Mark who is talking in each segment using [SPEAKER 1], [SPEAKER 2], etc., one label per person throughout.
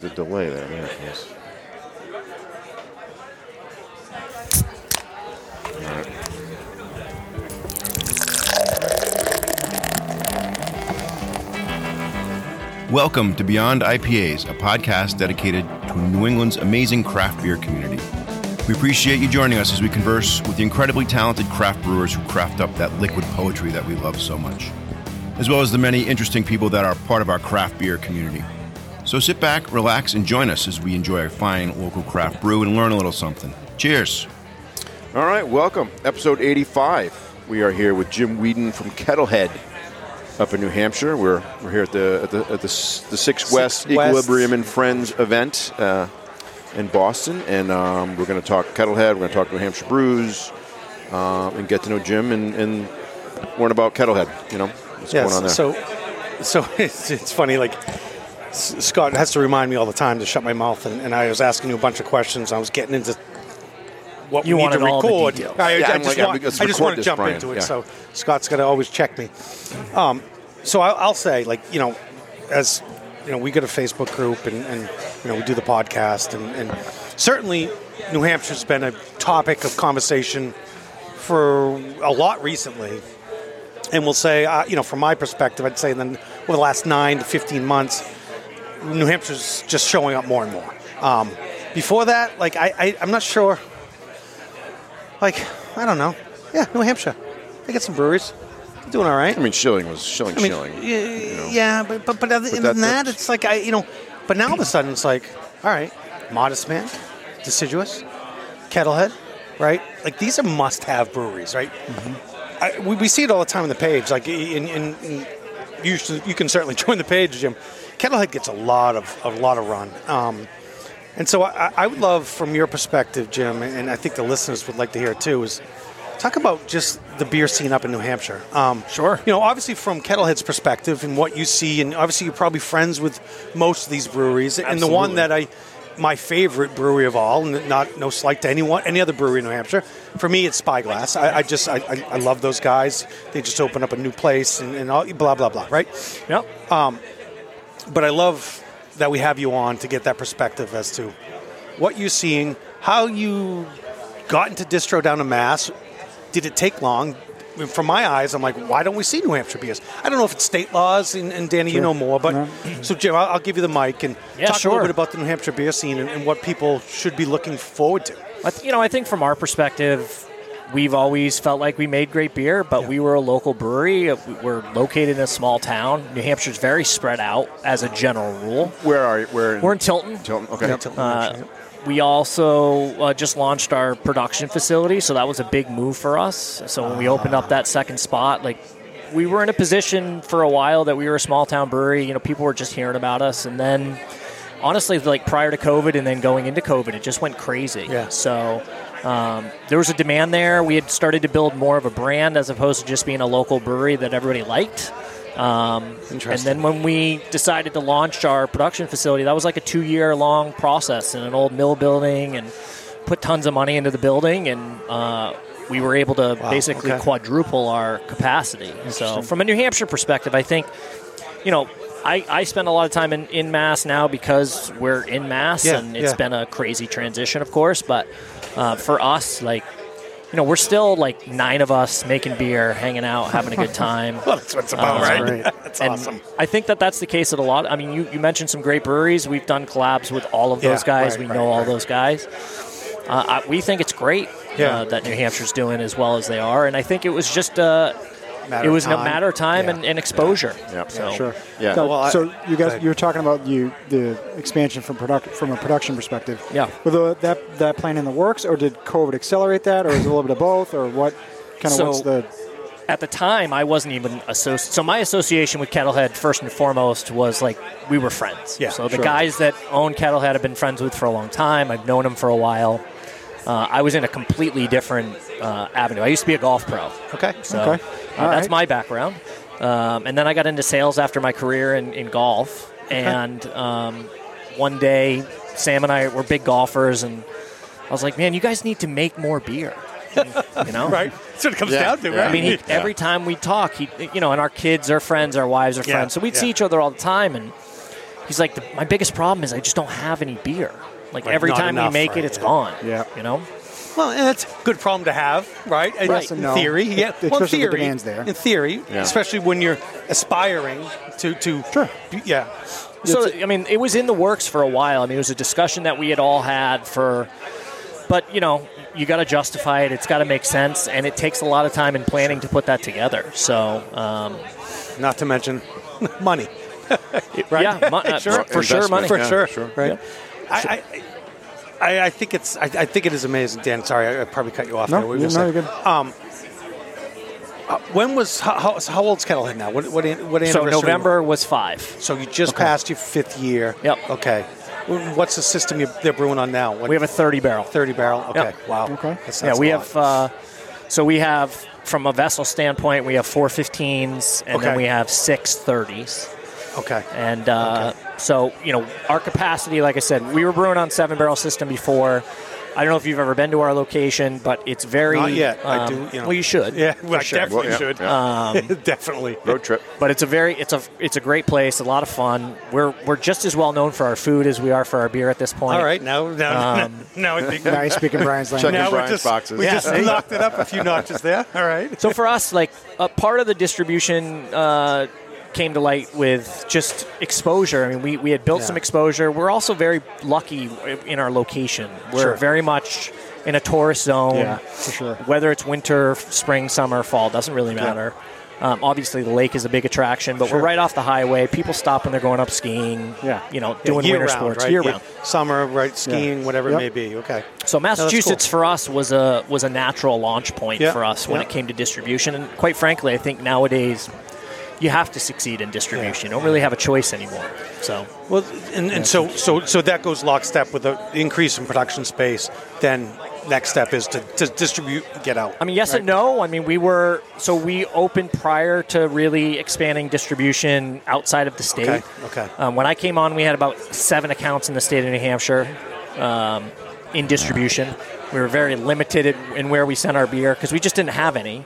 [SPEAKER 1] The delay there, yeah. it is.
[SPEAKER 2] Welcome to Beyond IPAs, a podcast dedicated to New England's amazing craft beer community. We appreciate you joining us as we converse with the incredibly talented craft brewers who craft up that liquid poetry that we love so much, as well as the many interesting people that are part of our craft beer community. So sit back, relax, and join us as we enjoy a fine local craft brew and learn a little something. Cheers.
[SPEAKER 1] All right, welcome. Episode 85. We are here with Jim Whedon from Kettlehead up in New Hampshire. We're, we're here at the at the, at the, S- the Six, West
[SPEAKER 3] West.
[SPEAKER 1] Equilibrium and Friends event uh, in Boston. And um, we're going to talk Kettlehead, we're going to talk New Hampshire brews, uh, and get to know Jim and, and learn about Kettlehead, you know, what's
[SPEAKER 3] Yes.
[SPEAKER 1] going on there.
[SPEAKER 3] So, so it's, it's funny. Like S- Scott has to remind me all the time to shut my mouth, and, and I was asking you a bunch of questions. I was getting into what
[SPEAKER 4] You
[SPEAKER 3] we need
[SPEAKER 4] wanted
[SPEAKER 3] to
[SPEAKER 4] all the
[SPEAKER 3] record.
[SPEAKER 4] details.
[SPEAKER 3] I, I
[SPEAKER 1] Yeah, I'm
[SPEAKER 3] just
[SPEAKER 1] like, yeah,
[SPEAKER 3] want,
[SPEAKER 1] let's
[SPEAKER 3] I just
[SPEAKER 1] record
[SPEAKER 3] want to
[SPEAKER 1] this,
[SPEAKER 3] jump
[SPEAKER 1] Brian.
[SPEAKER 3] into it.
[SPEAKER 1] Yeah.
[SPEAKER 3] So Scott's got to always check me. Um, so I'll, I'll say, like you know, as you know, we got a Facebook group, and, and you know, we do the podcast, and, and certainly New Hampshire's been a topic of conversation for a lot recently and we'll say, uh, you know, from my perspective, I'd say then over the last nine to 15 months, New Hampshire's just showing up more and more. Um, before that, like, I, I, I'm not sure. Like, I don't know. Yeah, New Hampshire. They get some breweries. They're doing all right.
[SPEAKER 1] I mean, shilling was shilling,
[SPEAKER 3] I mean,
[SPEAKER 1] shilling.
[SPEAKER 3] y-
[SPEAKER 1] you know.
[SPEAKER 3] yeah, but but, but other than
[SPEAKER 1] that-
[SPEAKER 3] that,
[SPEAKER 1] that's-
[SPEAKER 3] it's like I, you know, but now all of a sudden it's like, all right, modest man, deciduous, kettlehead, right? Like these are must-have breweries, right?
[SPEAKER 1] Mm-hmm.
[SPEAKER 3] I, we, we see it all the time on the page. Like, in, in, in you, should, you can certainly join the page, Jim. Kettlehead gets a lot of a lot of run. Um, and so I, I would love, from your perspective, Jim, and I think the listeners would like to hear it too, is talk about just the beer scene up in New Hampshire. Um,
[SPEAKER 4] Sure.
[SPEAKER 3] You know, obviously from Kettlehead's perspective and what you see, and obviously you're probably friends with most of these breweries, and the one
[SPEAKER 4] Absolutely.
[SPEAKER 3] that I, my favorite brewery of all, and not no slight to anyone, any other brewery in New Hampshire. For me, it's Spyglass. I, I just I, I, I love those guys. They just opened up a new place and, and all, blah blah blah. Right
[SPEAKER 4] Yep.
[SPEAKER 3] but I love that we have you on to get that perspective as to what you're seeing, how you got into distro down to Mass. Did it take long? I mean, From my eyes, I'm like, why don't we see New Hampshire beers? I don't know if it's state laws, and, and Danny, you know more, but so Jim, I'll, I'll give you the mic and
[SPEAKER 4] Yeah,
[SPEAKER 3] talk a
[SPEAKER 4] sure.
[SPEAKER 3] little bit about the New Hampshire beer scene and, and what people should be looking forward to.
[SPEAKER 4] I th- you know, I think from our perspective, we've always felt like we made great beer, but we were a local brewery. Uh, we- We're located in a small town. New Hampshire's very spread out as a general rule.
[SPEAKER 1] Where are you? Where
[SPEAKER 4] We're in Tilton.
[SPEAKER 1] Tilton. Okay.
[SPEAKER 4] Uh, we also uh, just launched our production facility, so that was a big move for us. So when we opened up that second spot, like we were in a position for a while that we were a small town brewery. You know, people were just hearing about us, and then honestly, like prior to COVID and then going into COVID, it just went crazy.
[SPEAKER 3] Yeah.
[SPEAKER 4] So. Um, there was a demand there. We had started to build more of a brand as opposed to just being a local brewery that everybody liked. Um,
[SPEAKER 3] Interesting.
[SPEAKER 4] And then when we decided to launch our production facility, that was like a two year long process in an old mill building and put tons of money into the building. And uh, we were able to basically
[SPEAKER 3] okay.
[SPEAKER 4] quadruple our capacity. So, from a New Hampshire perspective, I think, you know, I, I spend a lot of time in, in Mass now because we're in Mass
[SPEAKER 3] Yeah,
[SPEAKER 4] and it's
[SPEAKER 3] yeah.
[SPEAKER 4] been a crazy transition, of course. But uh, for us, like, you know, we're still like nine of us making beer, hanging out, having a good time.
[SPEAKER 3] Well, that's what it's about,
[SPEAKER 4] That's
[SPEAKER 3] right?
[SPEAKER 4] great.
[SPEAKER 3] that's
[SPEAKER 4] And
[SPEAKER 3] awesome.
[SPEAKER 4] I think that that's the case at a lot. I mean, you, you mentioned some great breweries. We've done collabs with all of those
[SPEAKER 3] Yeah,
[SPEAKER 4] guys.
[SPEAKER 3] right,
[SPEAKER 4] we
[SPEAKER 3] right,
[SPEAKER 4] know all
[SPEAKER 3] right.
[SPEAKER 4] those guys. Uh, I, we think it's great
[SPEAKER 3] Yeah.
[SPEAKER 4] uh, that New Hampshire's doing as well as they are, and I think it was just uh,
[SPEAKER 3] Matter
[SPEAKER 4] it
[SPEAKER 3] of
[SPEAKER 4] was a
[SPEAKER 3] time.
[SPEAKER 4] matter of time
[SPEAKER 3] Yeah.
[SPEAKER 4] and, and exposure.
[SPEAKER 1] Yeah.
[SPEAKER 4] So,
[SPEAKER 5] Sure.
[SPEAKER 1] Yeah.
[SPEAKER 5] So,
[SPEAKER 3] Well, I-
[SPEAKER 5] so you
[SPEAKER 3] go
[SPEAKER 5] guys,
[SPEAKER 3] ahead.
[SPEAKER 5] you were talking about you the expansion from product from a production perspective.
[SPEAKER 4] Yeah.
[SPEAKER 5] Were the, that that plan in the works, or did COVID accelerate that, or is it a little bit of both, or what? Kind of
[SPEAKER 4] So-
[SPEAKER 5] what's the
[SPEAKER 4] at the time, I wasn't even associated. So my association with Kettlehead, first and foremost, was like we were friends.
[SPEAKER 3] Yeah,
[SPEAKER 4] so the
[SPEAKER 3] sure.
[SPEAKER 4] guys that own Kettlehead have been friends with for a long time. I've known them for a while. Uh, I was in a completely different uh, avenue. I used to be a golf pro.
[SPEAKER 3] Okay.
[SPEAKER 4] So
[SPEAKER 5] Okay.
[SPEAKER 4] uh, that's
[SPEAKER 5] right.
[SPEAKER 4] my background. Um, and then I got into sales after my career in, in golf. And um, one day, Sam and I were big golfers, and I was like, man, you guys need to make more beer. you know?
[SPEAKER 3] Right? That's what it comes
[SPEAKER 1] Yeah,
[SPEAKER 3] down to,
[SPEAKER 1] yeah.
[SPEAKER 3] right?
[SPEAKER 4] I mean, he,
[SPEAKER 1] Yeah.
[SPEAKER 4] every time we talk, he, you know, and our kids are friends, our wives are
[SPEAKER 3] Yeah,
[SPEAKER 4] friends, so we'd
[SPEAKER 3] yeah.
[SPEAKER 4] see each other all the time, and he's like, the, my biggest problem is I just don't have any beer. Like
[SPEAKER 3] Right,
[SPEAKER 4] every
[SPEAKER 3] not
[SPEAKER 4] time
[SPEAKER 3] enough,
[SPEAKER 4] we make
[SPEAKER 3] right,
[SPEAKER 4] it, it's
[SPEAKER 3] yeah.
[SPEAKER 4] gone.
[SPEAKER 5] Yeah.
[SPEAKER 4] you know.
[SPEAKER 3] Well, and that's a good problem to have, right? In
[SPEAKER 4] Yes
[SPEAKER 5] and no.
[SPEAKER 3] theory,
[SPEAKER 5] It-
[SPEAKER 3] yeah.
[SPEAKER 5] it-
[SPEAKER 3] well, in
[SPEAKER 5] especially if the
[SPEAKER 3] theory,
[SPEAKER 5] demand's there.
[SPEAKER 3] In theory,
[SPEAKER 1] Yeah.
[SPEAKER 3] especially when you're aspiring to to
[SPEAKER 5] Sure.
[SPEAKER 3] be- yeah.
[SPEAKER 4] So I mean, it was in the works for a while. I mean, it was a discussion that we had all had for, but you know, you got to justify it. It's got to make sense, and it takes a lot of time and planning to put that together. So um,
[SPEAKER 3] Not to mention money,
[SPEAKER 4] Uh,
[SPEAKER 3] right?
[SPEAKER 4] yeah, mo- uh,
[SPEAKER 3] Sure.
[SPEAKER 4] for sure,
[SPEAKER 1] Investment.
[SPEAKER 4] money.
[SPEAKER 3] for
[SPEAKER 1] Yeah,
[SPEAKER 3] sure,
[SPEAKER 1] sure.
[SPEAKER 3] right? I I, I, I think it's I, I think it is amazing, Dan. Sorry, I, I probably cut you off. there.
[SPEAKER 5] No,
[SPEAKER 3] What were
[SPEAKER 5] you
[SPEAKER 3] you
[SPEAKER 5] no,
[SPEAKER 3] gonna
[SPEAKER 5] you're
[SPEAKER 3] say? Um, uh,
[SPEAKER 5] good.
[SPEAKER 3] When was how, how, how old's Kettlehead now? What what an- what
[SPEAKER 4] So
[SPEAKER 3] anniversary?
[SPEAKER 4] November was five.
[SPEAKER 3] So you just passed your fifth year.
[SPEAKER 4] Yep.
[SPEAKER 3] Okay. Wh- What's the system you, they're brewing on now? What,
[SPEAKER 4] We have a thirty barrel.
[SPEAKER 3] thirty barrel. Okay.
[SPEAKER 4] Yep.
[SPEAKER 3] Wow.
[SPEAKER 5] Okay.
[SPEAKER 3] That's,
[SPEAKER 4] yeah, we have. Uh, so we have, from a vessel standpoint, we have four 15s, and
[SPEAKER 3] Okay.
[SPEAKER 4] then we have six 30s.
[SPEAKER 3] okay.
[SPEAKER 4] And uh, so, you know, our capacity, like I said, we were brewing on seven barrel system before. I don't know if you've ever been to our location, but it's very.
[SPEAKER 3] Not yet. I
[SPEAKER 4] um,
[SPEAKER 3] do. You know.
[SPEAKER 4] Well, you should.
[SPEAKER 3] Yeah.
[SPEAKER 4] for
[SPEAKER 3] Well, I
[SPEAKER 4] sure.
[SPEAKER 3] definitely
[SPEAKER 1] Well, yeah,
[SPEAKER 3] should.
[SPEAKER 4] Um,
[SPEAKER 3] definitely.
[SPEAKER 1] Road trip.
[SPEAKER 4] But it's a very it's a it's a great place, a lot of fun. We're we're just as well known for our food as we are for our beer at this point.
[SPEAKER 3] All right. Now, now,
[SPEAKER 4] Um,
[SPEAKER 3] now I think.
[SPEAKER 5] Now you're speaking Brian's language.
[SPEAKER 1] Now-
[SPEAKER 3] Now we
[SPEAKER 1] Brian's
[SPEAKER 3] just
[SPEAKER 1] boxes.
[SPEAKER 3] we
[SPEAKER 1] Yeah,
[SPEAKER 3] just
[SPEAKER 4] see?
[SPEAKER 3] knocked it up a few notches there. All right.
[SPEAKER 4] So for us, like a part of the distribution uh, came to light with just exposure. I mean, we, we had built
[SPEAKER 3] Yeah.
[SPEAKER 4] some exposure. We're also very lucky in our location. We're
[SPEAKER 3] Sure.
[SPEAKER 4] very much in a tourist zone.
[SPEAKER 5] Yeah, for sure.
[SPEAKER 4] Whether it's winter, spring, summer, fall, doesn't really matter. Um, obviously, the lake is a big attraction, but we're right off the highway. People stop when they're going up skiing.
[SPEAKER 5] Yeah.
[SPEAKER 4] you know,
[SPEAKER 3] Yeah,
[SPEAKER 4] doing
[SPEAKER 3] year
[SPEAKER 4] winter
[SPEAKER 3] round,
[SPEAKER 4] sports
[SPEAKER 3] right?
[SPEAKER 4] year
[SPEAKER 3] Yeah.
[SPEAKER 4] round.
[SPEAKER 3] Summer, right? Skiing, whatever
[SPEAKER 5] Yep.
[SPEAKER 3] it may be. Okay.
[SPEAKER 4] So
[SPEAKER 3] that's
[SPEAKER 4] Massachusetts
[SPEAKER 3] cool.
[SPEAKER 4] for us was a was a natural launch point
[SPEAKER 3] Yeah,
[SPEAKER 4] for us when
[SPEAKER 3] yeah.
[SPEAKER 4] it came to distribution, and quite frankly, I think nowadays you have to succeed in distribution. You don't really have a choice anymore. So
[SPEAKER 3] Well, and, and so so so that goes lockstep with the increase in production space. Then next step is to, to distribute, get out.
[SPEAKER 4] I mean, yes and no. I mean, we were so we opened prior to really expanding distribution outside of the state.
[SPEAKER 3] Okay, okay.
[SPEAKER 4] Um, when I came on, we had about seven accounts in the state of New Hampshire um, in distribution. We were very limited in- in where we sent our beer because we just didn't have any.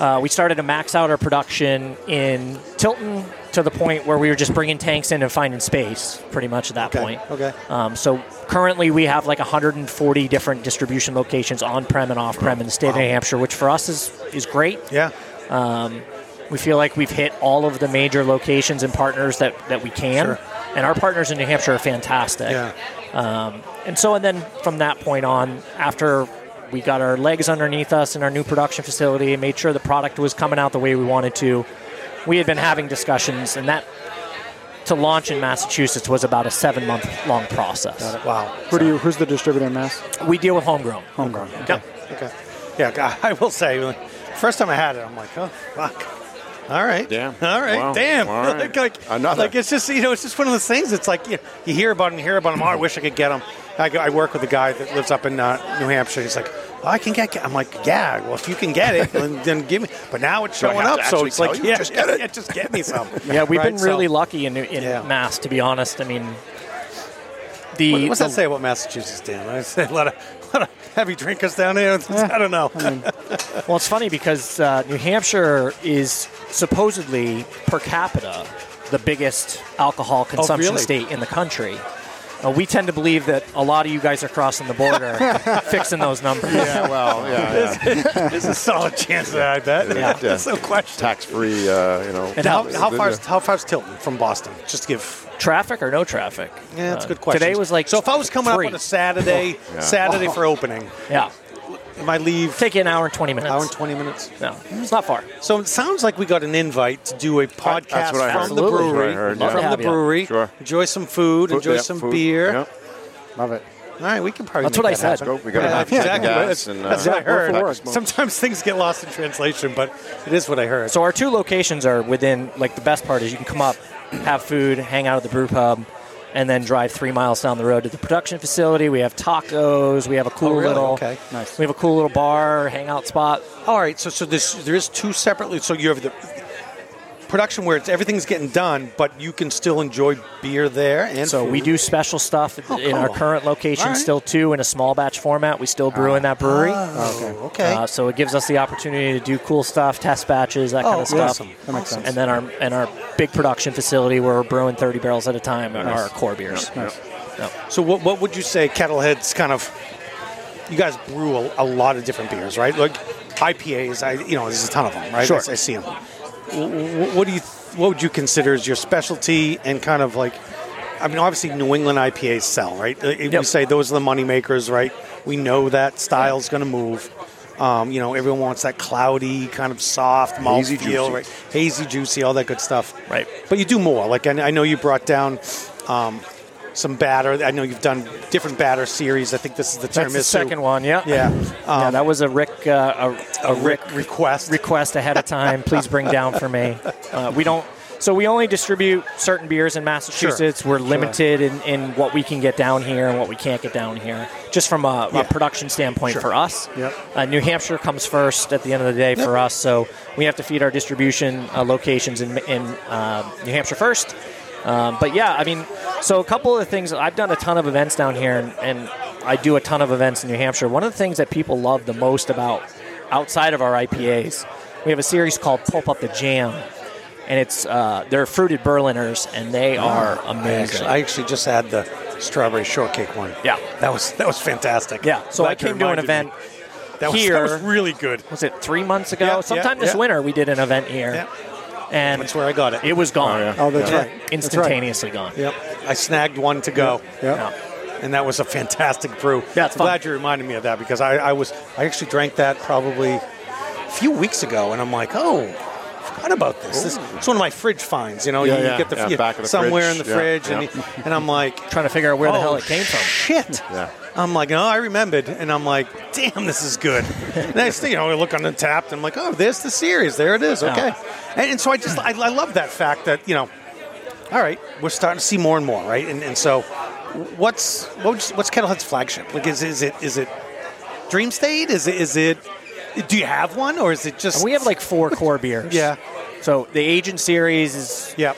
[SPEAKER 4] Uh, we started to max out our production in Tilton to the point where we were just bringing tanks in and finding space, pretty much at that
[SPEAKER 3] Okay,
[SPEAKER 4] point.
[SPEAKER 3] okay.
[SPEAKER 4] Um, so currently we have like 140 different distribution locations on prem and off prem in the state of New Hampshire, which for us is is great.
[SPEAKER 3] yeah.
[SPEAKER 4] We feel like we've hit all of the major locations and partners that that we can,
[SPEAKER 3] Sure.
[SPEAKER 4] and our partners in New Hampshire are fantastic.
[SPEAKER 3] Yeah.
[SPEAKER 4] And so, and then from that point on, after we got our legs underneath us in our new production facility and made sure the product was coming out the way we wanted to, we had been having discussions, and that to launch in Massachusetts was about a seven month long process.
[SPEAKER 3] Wow.
[SPEAKER 5] Who do you, who's the distributor in Mass?
[SPEAKER 4] We deal with homegrown.
[SPEAKER 3] Oh,
[SPEAKER 5] Homegrown.
[SPEAKER 4] Yep.
[SPEAKER 3] Okay. Yeah, g- I will say, like, first time I had it, I'm like, oh, fuck. All right.
[SPEAKER 1] Yeah.
[SPEAKER 3] All right.
[SPEAKER 1] Wow.
[SPEAKER 3] Damn.
[SPEAKER 1] All right.
[SPEAKER 3] like, like,
[SPEAKER 1] Another.
[SPEAKER 3] Like it's just you know it's just one of those things. It's like you, you hear about them, you hear about them. Oh, I wish I could get them. I, go- I work with a guy that lives up in uh, New Hampshire. He's like, oh, I can get. I'm like, yeah. Well, if you can get it, then, then give me. But now it's
[SPEAKER 1] Do I
[SPEAKER 3] showing
[SPEAKER 1] have to
[SPEAKER 3] up, so
[SPEAKER 1] actually
[SPEAKER 3] it's like,
[SPEAKER 1] tell you?
[SPEAKER 3] yeah,
[SPEAKER 1] Just
[SPEAKER 3] get it. yeah, just get me some.
[SPEAKER 4] Yeah, we've been
[SPEAKER 3] Right, so-
[SPEAKER 4] really lucky in, in
[SPEAKER 3] Yeah.
[SPEAKER 4] Mass, to be honest. I mean, the
[SPEAKER 3] What, what's that
[SPEAKER 4] the-
[SPEAKER 3] say about Massachusetts, Dan? I say a lot of, lot of heavy drinkers down there. I don't know.
[SPEAKER 4] Well, it's funny because uh, New Hampshire is supposedly per capita the biggest alcohol consumption
[SPEAKER 3] Oh, really?
[SPEAKER 4] state in the country. Uh, we tend to believe that a lot of you guys are crossing the border, fixing those numbers.
[SPEAKER 1] Yeah, well, yeah, yeah.
[SPEAKER 3] There's a solid chance of that, I bet.
[SPEAKER 1] Yeah.
[SPEAKER 3] There's no question.
[SPEAKER 1] tax-free. Uh, you know.
[SPEAKER 4] And
[SPEAKER 3] How,
[SPEAKER 4] helps.
[SPEAKER 3] how far is how far is Tilton from Boston? Just to give.
[SPEAKER 4] Traffic or no traffic?
[SPEAKER 3] Yeah, that's a
[SPEAKER 4] Uh,
[SPEAKER 3] good question.
[SPEAKER 4] Today was like
[SPEAKER 3] so. If I was coming
[SPEAKER 4] three.
[SPEAKER 3] up on a Saturday,
[SPEAKER 1] Oh, Yeah.
[SPEAKER 3] Saturday for opening,
[SPEAKER 4] yeah,
[SPEAKER 3] my leave
[SPEAKER 4] take you an hour and twenty minutes.
[SPEAKER 3] hour and twenty minutes.
[SPEAKER 4] no, it's not far.
[SPEAKER 3] So it sounds like we got an invite to do a podcast
[SPEAKER 1] that's what I
[SPEAKER 3] from
[SPEAKER 1] heard.
[SPEAKER 3] the
[SPEAKER 4] Absolutely.
[SPEAKER 3] brewery.
[SPEAKER 1] That's what I heard,
[SPEAKER 4] yeah.
[SPEAKER 3] From the
[SPEAKER 4] Yeah.
[SPEAKER 3] brewery.
[SPEAKER 1] Sure.
[SPEAKER 3] Enjoy some food. enjoy
[SPEAKER 1] yeah,
[SPEAKER 3] some
[SPEAKER 1] food,
[SPEAKER 3] beer.
[SPEAKER 1] yeah.
[SPEAKER 5] Love it.
[SPEAKER 3] All right, we can probably.
[SPEAKER 4] That's
[SPEAKER 3] make
[SPEAKER 4] what I
[SPEAKER 3] that
[SPEAKER 4] said.
[SPEAKER 1] Go.
[SPEAKER 3] happen.
[SPEAKER 1] We got
[SPEAKER 3] Yeah,
[SPEAKER 1] enough chicken
[SPEAKER 3] exactly.
[SPEAKER 1] gas
[SPEAKER 3] That's,
[SPEAKER 1] and, uh,
[SPEAKER 3] that's what I
[SPEAKER 5] Yeah, work for
[SPEAKER 3] heard.
[SPEAKER 5] work.
[SPEAKER 3] Sometimes things get lost in translation, but it is what I heard.
[SPEAKER 4] So our two locations are within like the best part is you can come up, have food, hang out at the brew pub, and then drive three miles down the road to the production facility. We have tacos. We have a cool
[SPEAKER 3] Oh, really?
[SPEAKER 4] little
[SPEAKER 3] Okay. Nice.
[SPEAKER 4] We have a cool little bar hangout spot.
[SPEAKER 3] All right, so so this there is two separately. So you have the production where it's everything's getting done, but you can still enjoy beer there. And
[SPEAKER 4] So we
[SPEAKER 3] food.
[SPEAKER 4] do special stuff
[SPEAKER 3] Oh,
[SPEAKER 4] in
[SPEAKER 3] cool.
[SPEAKER 4] our current location
[SPEAKER 3] All right. Ah,
[SPEAKER 4] still too in a small batch format. We still brew in that brewery.
[SPEAKER 6] Oh, okay.
[SPEAKER 4] Uh, so it gives us the opportunity to do cool stuff, test batches, that kind
[SPEAKER 6] Oh,
[SPEAKER 4] of stuff.
[SPEAKER 3] awesome.
[SPEAKER 5] That makes sense.
[SPEAKER 4] And then our and our big production facility where we're brewing 30 barrels at a time are our core beers.
[SPEAKER 3] So what, what would you say Kettlehead's kind of you guys brew a, a lot of different beers, right? Like IPAs, I you know, there's a ton of them, right?
[SPEAKER 4] Sure.
[SPEAKER 3] I, I see them. What do you what would you consider as your specialty and kind of like I mean, obviously New England IPAs sell, right? Uh, We
[SPEAKER 4] Yep.
[SPEAKER 3] say those are the money makers, right? We know that style's going to move. Um, you know, everyone wants that cloudy, kind of soft malt
[SPEAKER 1] Hazy,
[SPEAKER 3] feel,
[SPEAKER 1] juicy.
[SPEAKER 3] right? Hazy, juicy, all that good stuff.
[SPEAKER 4] Right.
[SPEAKER 3] But you do more. Like I, I know you brought down um, some batter. I know you've done different batter series. I think this is the
[SPEAKER 4] That's
[SPEAKER 3] term.
[SPEAKER 4] the second one, yeah.
[SPEAKER 3] Yeah. Um,
[SPEAKER 4] yeah, that was a Rick uh, a, a Rick
[SPEAKER 3] Rick request.
[SPEAKER 4] request ahead of time. Please bring down for me. Uh, we don't. So we only distribute certain beers in Massachusetts. We're limited in, in what we can get down here and what we can't get down here, just from a, a production standpoint for us.
[SPEAKER 3] Yep.
[SPEAKER 4] Uh, New Hampshire comes first at the end of the day for us, so we have to feed our distribution uh, locations in, in uh, New Hampshire first. Um, but yeah, I mean, so a couple of the things I've done a ton of events down here, and, and I do a ton of events in New Hampshire. One of the things that people love the most about outside of our IPAs, we have a series called Pulp Up the Jam, and it's uh, they're fruited Berliners, and they are
[SPEAKER 3] I
[SPEAKER 4] amazing.
[SPEAKER 3] actually, I actually just had the strawberry shortcake one.
[SPEAKER 4] Yeah.
[SPEAKER 3] That was that was fantastic.
[SPEAKER 4] yeah, so
[SPEAKER 3] Glad
[SPEAKER 4] I
[SPEAKER 3] you
[SPEAKER 4] came to an
[SPEAKER 3] reminded me.
[SPEAKER 4] event
[SPEAKER 3] that was,
[SPEAKER 4] here.
[SPEAKER 3] That was really good.
[SPEAKER 4] was it three months ago?
[SPEAKER 3] Yeah, yeah,
[SPEAKER 4] Sometime this
[SPEAKER 3] yeah.
[SPEAKER 4] winter, we did an event here,
[SPEAKER 3] Yeah.
[SPEAKER 4] and
[SPEAKER 3] That's where I got it.
[SPEAKER 4] it was gone.
[SPEAKER 5] Oh, that's
[SPEAKER 3] Yeah.
[SPEAKER 5] right. That's right.
[SPEAKER 4] Instantaneously gone.
[SPEAKER 3] Yep. I snagged one to go.
[SPEAKER 5] Yeah.
[SPEAKER 3] And that was a fantastic brew.
[SPEAKER 4] Yeah, it's
[SPEAKER 3] I'm
[SPEAKER 4] fun.
[SPEAKER 3] glad you reminded me of that because I, I was I actually drank that probably a few weeks ago, and I'm like, oh, forgot about this. this it's one of my fridge finds. You know,
[SPEAKER 1] Yeah,
[SPEAKER 3] you, you
[SPEAKER 1] yeah,
[SPEAKER 3] get the
[SPEAKER 1] yeah,
[SPEAKER 3] you-
[SPEAKER 1] back of the
[SPEAKER 3] somewhere
[SPEAKER 1] fridge,
[SPEAKER 3] in the
[SPEAKER 1] yeah,
[SPEAKER 3] fridge, and
[SPEAKER 1] yeah.
[SPEAKER 3] and I'm like,
[SPEAKER 4] Trying to figure out where the
[SPEAKER 3] oh,
[SPEAKER 4] hell it came from.
[SPEAKER 3] Shit.
[SPEAKER 1] Yeah.
[SPEAKER 3] I'm like, no, I remembered, and I'm like, damn, this is good. Next thing you know, I look on the tap, and I'm like, oh, there's the series. There it is. Okay, and, and so I just I, I love that fact that you know, all right, we're starting to see more and more, right? And and so, what's what would you- what's Kettlehead's flagship? Like, is is it is it Dream State? Is it is it? Do you have one, or is it just
[SPEAKER 4] And we have like four core beers.
[SPEAKER 3] Yeah.
[SPEAKER 4] So the Agent series is
[SPEAKER 3] yeah?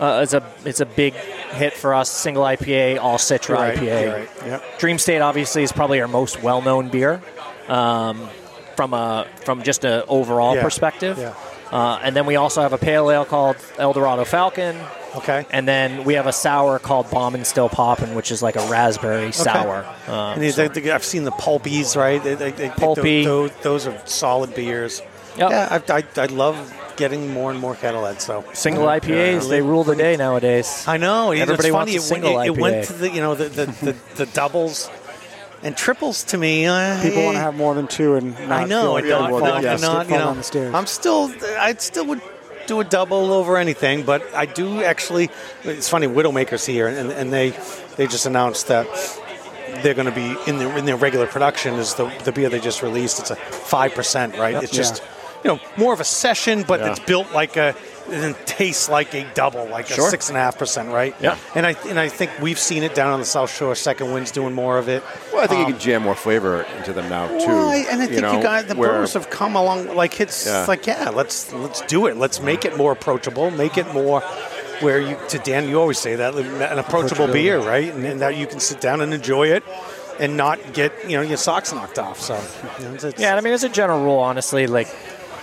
[SPEAKER 4] uh, is a it's a big hit for us. Single IPA, all Citra
[SPEAKER 3] Right,
[SPEAKER 4] IPA.
[SPEAKER 3] right, yeah.
[SPEAKER 4] Dream State obviously is probably our most well known beer um, from a from just a overall
[SPEAKER 3] Yeah,
[SPEAKER 4] perspective.
[SPEAKER 3] yeah.
[SPEAKER 4] Uh, and then we also have a pale ale called El Dorado Falcon.
[SPEAKER 3] Okay,
[SPEAKER 4] And then we have a sour called Bomb and Still Poppin', which is like a raspberry sour. Um,
[SPEAKER 3] and these, I think I've seen the pulpies, right? They, they, they,
[SPEAKER 4] Pulpy.
[SPEAKER 3] Those, those are solid beers.
[SPEAKER 4] Yep.
[SPEAKER 3] Yeah, I, I, I love getting more and more Kettlehead. So
[SPEAKER 4] single IPAs, they rule the day nowadays.
[SPEAKER 3] I know. it-
[SPEAKER 4] Everybody
[SPEAKER 3] it's
[SPEAKER 4] wants
[SPEAKER 3] funny.
[SPEAKER 4] a
[SPEAKER 3] it,
[SPEAKER 4] single
[SPEAKER 3] went, it, it
[SPEAKER 4] IPA.
[SPEAKER 3] went to the you know the the, the, the doubles and triples to me. uh,
[SPEAKER 5] People want to have more than two and not
[SPEAKER 3] I know. I
[SPEAKER 5] feel like
[SPEAKER 3] don't.
[SPEAKER 5] they
[SPEAKER 1] well,
[SPEAKER 5] fall
[SPEAKER 1] yeah,
[SPEAKER 5] off
[SPEAKER 3] not,
[SPEAKER 5] the
[SPEAKER 1] yeah.
[SPEAKER 5] sta-
[SPEAKER 3] not, you
[SPEAKER 5] fall
[SPEAKER 3] know,
[SPEAKER 5] down the stairs.
[SPEAKER 3] I'm still. I still would do a double over anything, but I do actually. It's funny. Widowmaker's here, and, and they they just announced that they're going to be in their in their regular production is the the beer they just released. It's a five percent, right? It's just you know more of a session, but
[SPEAKER 1] Yeah.
[SPEAKER 3] it's built like a. And it tastes like a double, like a six and a half percent, right?
[SPEAKER 1] Yeah.
[SPEAKER 3] And I and I think we've seen it down on the South Shore. Second Wind's doing more of it.
[SPEAKER 1] Well, I think
[SPEAKER 3] Um,
[SPEAKER 1] you can jam more flavor into them now too.
[SPEAKER 3] well, I- and I think you,
[SPEAKER 1] know,
[SPEAKER 3] guys, the
[SPEAKER 1] where-
[SPEAKER 3] brewers have come along. Like it's
[SPEAKER 1] Yeah.
[SPEAKER 3] like yeah, let's let's do it. Let's make it more approachable. Make it more where you to Dan. You always say that an approachable beer, right? And, and that you can sit down and enjoy it, and not get you know your socks knocked off. So you know, it's, it's-
[SPEAKER 4] Yeah, I mean, as a general rule, honestly, like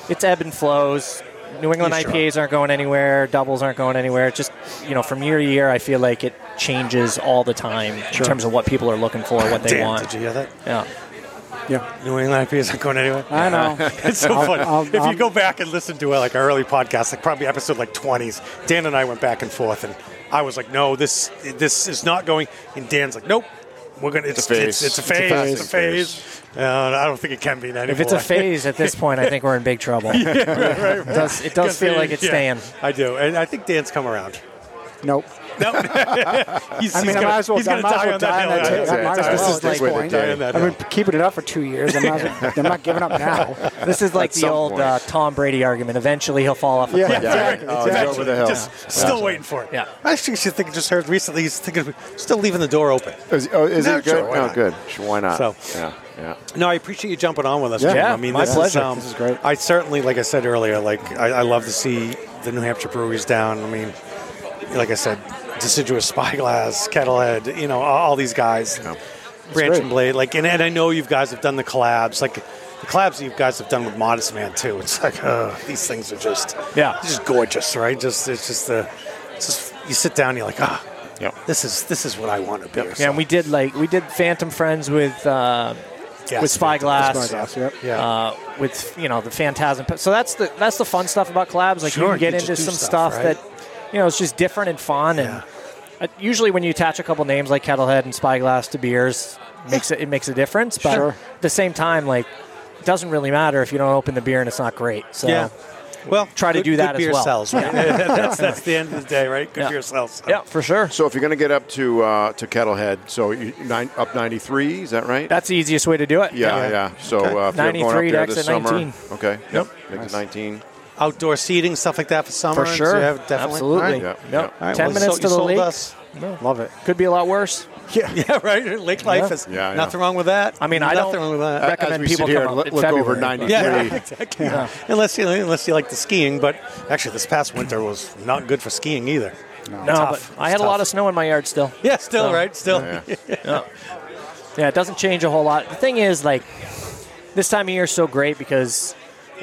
[SPEAKER 4] it's ebb and flows. New England
[SPEAKER 3] Yeah, sure.
[SPEAKER 4] IPAs aren't going anywhere. Doubles aren't going anywhere. It just you know, from year to year, I feel like it changes all the time in terms of what people are looking for, what they
[SPEAKER 3] Dan,
[SPEAKER 4] want.
[SPEAKER 3] Did you hear that?
[SPEAKER 4] Yeah,
[SPEAKER 5] yeah,
[SPEAKER 3] New England IPA isn't going anywhere.
[SPEAKER 5] I know.
[SPEAKER 3] It's so
[SPEAKER 5] I'll-
[SPEAKER 3] funny.
[SPEAKER 5] I'll-
[SPEAKER 3] if you
[SPEAKER 5] I'll-
[SPEAKER 3] go back and listen to uh, like our early podcast, like probably episode like twenties, Dan and I went back and forth, and I was like, "No, this this is not going," and Dan's like, "Nope, we're gonna it's
[SPEAKER 1] a phase.
[SPEAKER 3] It's, it's a
[SPEAKER 1] It's a
[SPEAKER 3] phase.
[SPEAKER 1] passing
[SPEAKER 3] It's a phase." Uh, I don't think it can be anymore.
[SPEAKER 4] if it's a phase at this point, I think we're in big trouble. It does it does feel like it's
[SPEAKER 3] Yeah,
[SPEAKER 4] staying.
[SPEAKER 3] I do, and I think Dan's come around.
[SPEAKER 5] Nope.
[SPEAKER 3] No, he's,
[SPEAKER 5] I mean,
[SPEAKER 3] he's
[SPEAKER 5] I
[SPEAKER 3] gonna,
[SPEAKER 5] might as well-
[SPEAKER 3] he's gonna
[SPEAKER 5] I might as
[SPEAKER 3] die
[SPEAKER 5] well
[SPEAKER 3] on
[SPEAKER 5] die
[SPEAKER 3] that
[SPEAKER 5] on
[SPEAKER 3] hill.
[SPEAKER 5] that
[SPEAKER 3] Yeah,
[SPEAKER 5] hill.
[SPEAKER 3] yeah,
[SPEAKER 5] I might as
[SPEAKER 3] yeah.
[SPEAKER 5] well
[SPEAKER 3] This is
[SPEAKER 5] die
[SPEAKER 3] like
[SPEAKER 5] on
[SPEAKER 1] that
[SPEAKER 3] die
[SPEAKER 1] hill.
[SPEAKER 3] on that
[SPEAKER 5] I've
[SPEAKER 3] hill.
[SPEAKER 5] been keeping it up for two years. I'm not, I'm not giving up now.
[SPEAKER 4] This is like
[SPEAKER 1] At
[SPEAKER 4] the
[SPEAKER 1] some
[SPEAKER 4] old
[SPEAKER 1] point.
[SPEAKER 4] uh, Tom Brady argument. Eventually, he'll fall off. A
[SPEAKER 5] Yeah.
[SPEAKER 4] cliff.
[SPEAKER 1] Yeah,
[SPEAKER 5] Exactly,
[SPEAKER 1] oh, it's
[SPEAKER 5] exactly.
[SPEAKER 1] over the hill.
[SPEAKER 3] Just still waiting for it.
[SPEAKER 4] Yeah.
[SPEAKER 3] I actually should think just heard recently he's thinking of still leaving the door open.
[SPEAKER 1] Is, oh, is
[SPEAKER 3] No,
[SPEAKER 1] it
[SPEAKER 3] sure,
[SPEAKER 1] good?
[SPEAKER 3] why
[SPEAKER 1] no,
[SPEAKER 3] not?
[SPEAKER 1] good. Sure, why not?
[SPEAKER 3] So-
[SPEAKER 1] yeah, yeah.
[SPEAKER 3] No, I appreciate you jumping on with us.
[SPEAKER 5] Yeah,
[SPEAKER 3] Jim.
[SPEAKER 5] yeah,
[SPEAKER 3] I mean,
[SPEAKER 5] my
[SPEAKER 3] this
[SPEAKER 5] pleasure.
[SPEAKER 3] Is, um,
[SPEAKER 5] This is great.
[SPEAKER 3] I certainly, like I said earlier, like I, I love to see the New Hampshire breweries down. I mean, like I said, Deciduous Spyglass, Kettlehead, you know, all, all these guys, Branch
[SPEAKER 5] great.
[SPEAKER 3] and Blade. Like, and, and I know you guys have done the collabs, like the collabs you guys have done with Modest Man too. It's like uh, these things are just,
[SPEAKER 4] Yeah.
[SPEAKER 3] it's just gorgeous, right? Just it's just the, it's just you sit down, you're like ah,
[SPEAKER 1] Yep.
[SPEAKER 3] this is this is what I want to be.
[SPEAKER 4] Yeah, and we did like we did Phantom Friends with uh, with Spyglass.
[SPEAKER 5] Spyglass, yep.
[SPEAKER 3] Yeah.
[SPEAKER 4] Uh, with you know the Phantasm, so that's the that's the fun stuff about collabs. Like
[SPEAKER 3] Sure,
[SPEAKER 4] you can get
[SPEAKER 3] you
[SPEAKER 4] into
[SPEAKER 3] just do
[SPEAKER 4] some
[SPEAKER 3] stuff,
[SPEAKER 4] stuff,
[SPEAKER 3] right?
[SPEAKER 4] that you know it's just different and fun.
[SPEAKER 3] Yeah.
[SPEAKER 4] And uh, usually when you attach a couple names like Kettlehead and Spyglass to beers, makes it it makes a difference. But
[SPEAKER 5] Sure.
[SPEAKER 4] at the same time, like it doesn't really matter if you don't open the beer and it's not great. So
[SPEAKER 3] Yeah. Well,
[SPEAKER 4] try to
[SPEAKER 3] good-
[SPEAKER 4] do
[SPEAKER 3] good
[SPEAKER 4] that as
[SPEAKER 3] beer
[SPEAKER 4] well.
[SPEAKER 3] Sells, right? that's, that's the end of the day, right? Good
[SPEAKER 4] Yeah.
[SPEAKER 3] beer sells.
[SPEAKER 4] yeah, for sure.
[SPEAKER 1] So if you're going to get up to uh, to Kettlehead, so you, nine, up 93, is that right?
[SPEAKER 4] That's the easiest way to do it.
[SPEAKER 1] yeah, yeah. So uh, if you're going up
[SPEAKER 4] 93 to
[SPEAKER 1] there this
[SPEAKER 4] exit
[SPEAKER 1] summer,
[SPEAKER 4] 19.
[SPEAKER 1] okay, yep, exit 19.
[SPEAKER 3] Outdoor seating, stuff like that for summer.
[SPEAKER 4] for
[SPEAKER 3] so
[SPEAKER 4] sure.
[SPEAKER 3] you have definitely.
[SPEAKER 4] Absolutely.
[SPEAKER 3] All right.
[SPEAKER 1] Yeah.
[SPEAKER 4] Yep.
[SPEAKER 1] All
[SPEAKER 5] right,
[SPEAKER 4] Ten
[SPEAKER 5] well,
[SPEAKER 3] You
[SPEAKER 4] minutes
[SPEAKER 3] sold-
[SPEAKER 4] to
[SPEAKER 3] you
[SPEAKER 4] the
[SPEAKER 3] sold
[SPEAKER 4] lake
[SPEAKER 3] us.
[SPEAKER 5] Love it.
[SPEAKER 4] could be a lot worse.
[SPEAKER 3] Yeah, right. Lake life
[SPEAKER 4] Yeah.
[SPEAKER 3] is
[SPEAKER 1] Yeah, yeah.
[SPEAKER 3] nothing wrong with that.
[SPEAKER 4] I mean, I
[SPEAKER 3] nothing
[SPEAKER 4] don't-
[SPEAKER 3] wrong with that.
[SPEAKER 4] I- recommend
[SPEAKER 1] As we
[SPEAKER 4] people
[SPEAKER 1] sit here
[SPEAKER 4] come
[SPEAKER 1] and
[SPEAKER 4] up
[SPEAKER 1] look,
[SPEAKER 4] in
[SPEAKER 1] look over
[SPEAKER 4] February, but-
[SPEAKER 1] 93.
[SPEAKER 3] yeah, exactly. Unless you unless you like the skiing, but actually, this past winter was not good for skiing either.
[SPEAKER 4] No,
[SPEAKER 3] Tough.
[SPEAKER 4] but I had
[SPEAKER 3] It's
[SPEAKER 4] a lot
[SPEAKER 3] tough.
[SPEAKER 4] of snow in my yard still.
[SPEAKER 3] Yeah, still
[SPEAKER 4] So-
[SPEAKER 3] right, still.
[SPEAKER 1] Yeah.
[SPEAKER 4] Yeah, it doesn't change a whole lot. The thing is, like, this time of year is so great because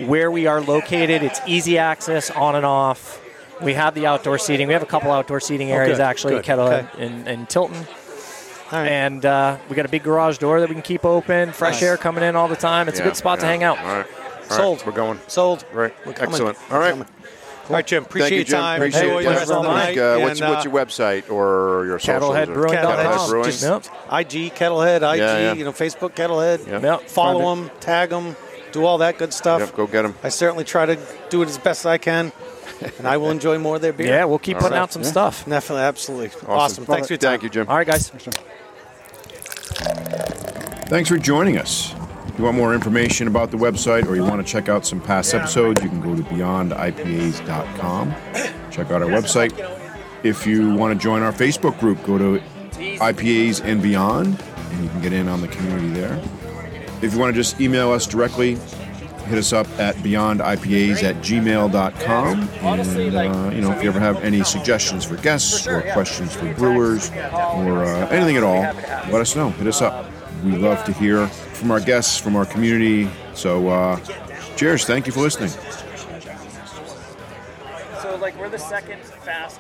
[SPEAKER 4] where we are located, it's easy access on and off. We have the outdoor seating. We have a couple outdoor seating areas
[SPEAKER 3] Oh, good,
[SPEAKER 4] actually
[SPEAKER 3] good,
[SPEAKER 4] at Kettlehead
[SPEAKER 3] okay.
[SPEAKER 4] and, and Tilton.
[SPEAKER 3] All right.
[SPEAKER 4] And uh, we got a big garage door that we can keep open. Fresh
[SPEAKER 3] Nice.
[SPEAKER 4] air coming in all the time. It's
[SPEAKER 1] Yeah,
[SPEAKER 4] a good spot to
[SPEAKER 1] yeah.
[SPEAKER 4] hang out.
[SPEAKER 1] All right. All right,
[SPEAKER 3] Sold.
[SPEAKER 1] We're going.
[SPEAKER 3] Sold.
[SPEAKER 1] Right.
[SPEAKER 3] We're coming.
[SPEAKER 1] Excellent. All right.
[SPEAKER 3] Coming. All right, Jim. Appreciate
[SPEAKER 1] Thank you,
[SPEAKER 3] your
[SPEAKER 1] Jim.
[SPEAKER 3] time.
[SPEAKER 1] Appreciate
[SPEAKER 3] Enjoy
[SPEAKER 1] it.
[SPEAKER 3] the
[SPEAKER 1] Thanks
[SPEAKER 3] rest
[SPEAKER 1] very
[SPEAKER 3] of the
[SPEAKER 1] much.
[SPEAKER 3] night.
[SPEAKER 1] Uh, what's,
[SPEAKER 3] and,
[SPEAKER 1] what's your website or your socials?
[SPEAKER 4] Kettleheadbrewing.com.
[SPEAKER 1] Kettlehead Brewing.
[SPEAKER 3] Just
[SPEAKER 4] Yep.
[SPEAKER 3] IG Kettlehead, IG,
[SPEAKER 1] Yeah, yeah.
[SPEAKER 3] you know, Facebook Kettlehead.
[SPEAKER 1] Yep.
[SPEAKER 4] Yep.
[SPEAKER 3] Follow them,
[SPEAKER 4] Find
[SPEAKER 3] tag them, do all that good stuff.
[SPEAKER 1] Yep, go get them.
[SPEAKER 3] I certainly try to do it as best as I can, and I will enjoy more of their beer.
[SPEAKER 4] Yeah, we'll keep
[SPEAKER 1] All
[SPEAKER 4] putting
[SPEAKER 1] right.
[SPEAKER 4] out some stuff.
[SPEAKER 3] Definitely, absolutely. Awesome. Thanks for your time.
[SPEAKER 1] Thank you, Jim.
[SPEAKER 4] All right, guys.
[SPEAKER 2] Thanks for joining us. If you want more information about the website or you want to check out some past episodes, you can go to beyondipas.com. Check out our website. If you want to join our Facebook group, go to IPAs and Beyond, and you can get in on the community there. If you want to just email us directly, hit us up at beyondipas at gmail.com. And, uh, you know, if you ever have any suggestions for guests or questions for brewers or uh, anything at all, let us know. Hit us up. We love to hear from our guests, from our community. So, uh, cheers. Thank you for listening.
[SPEAKER 4] So, like, we're the second fast.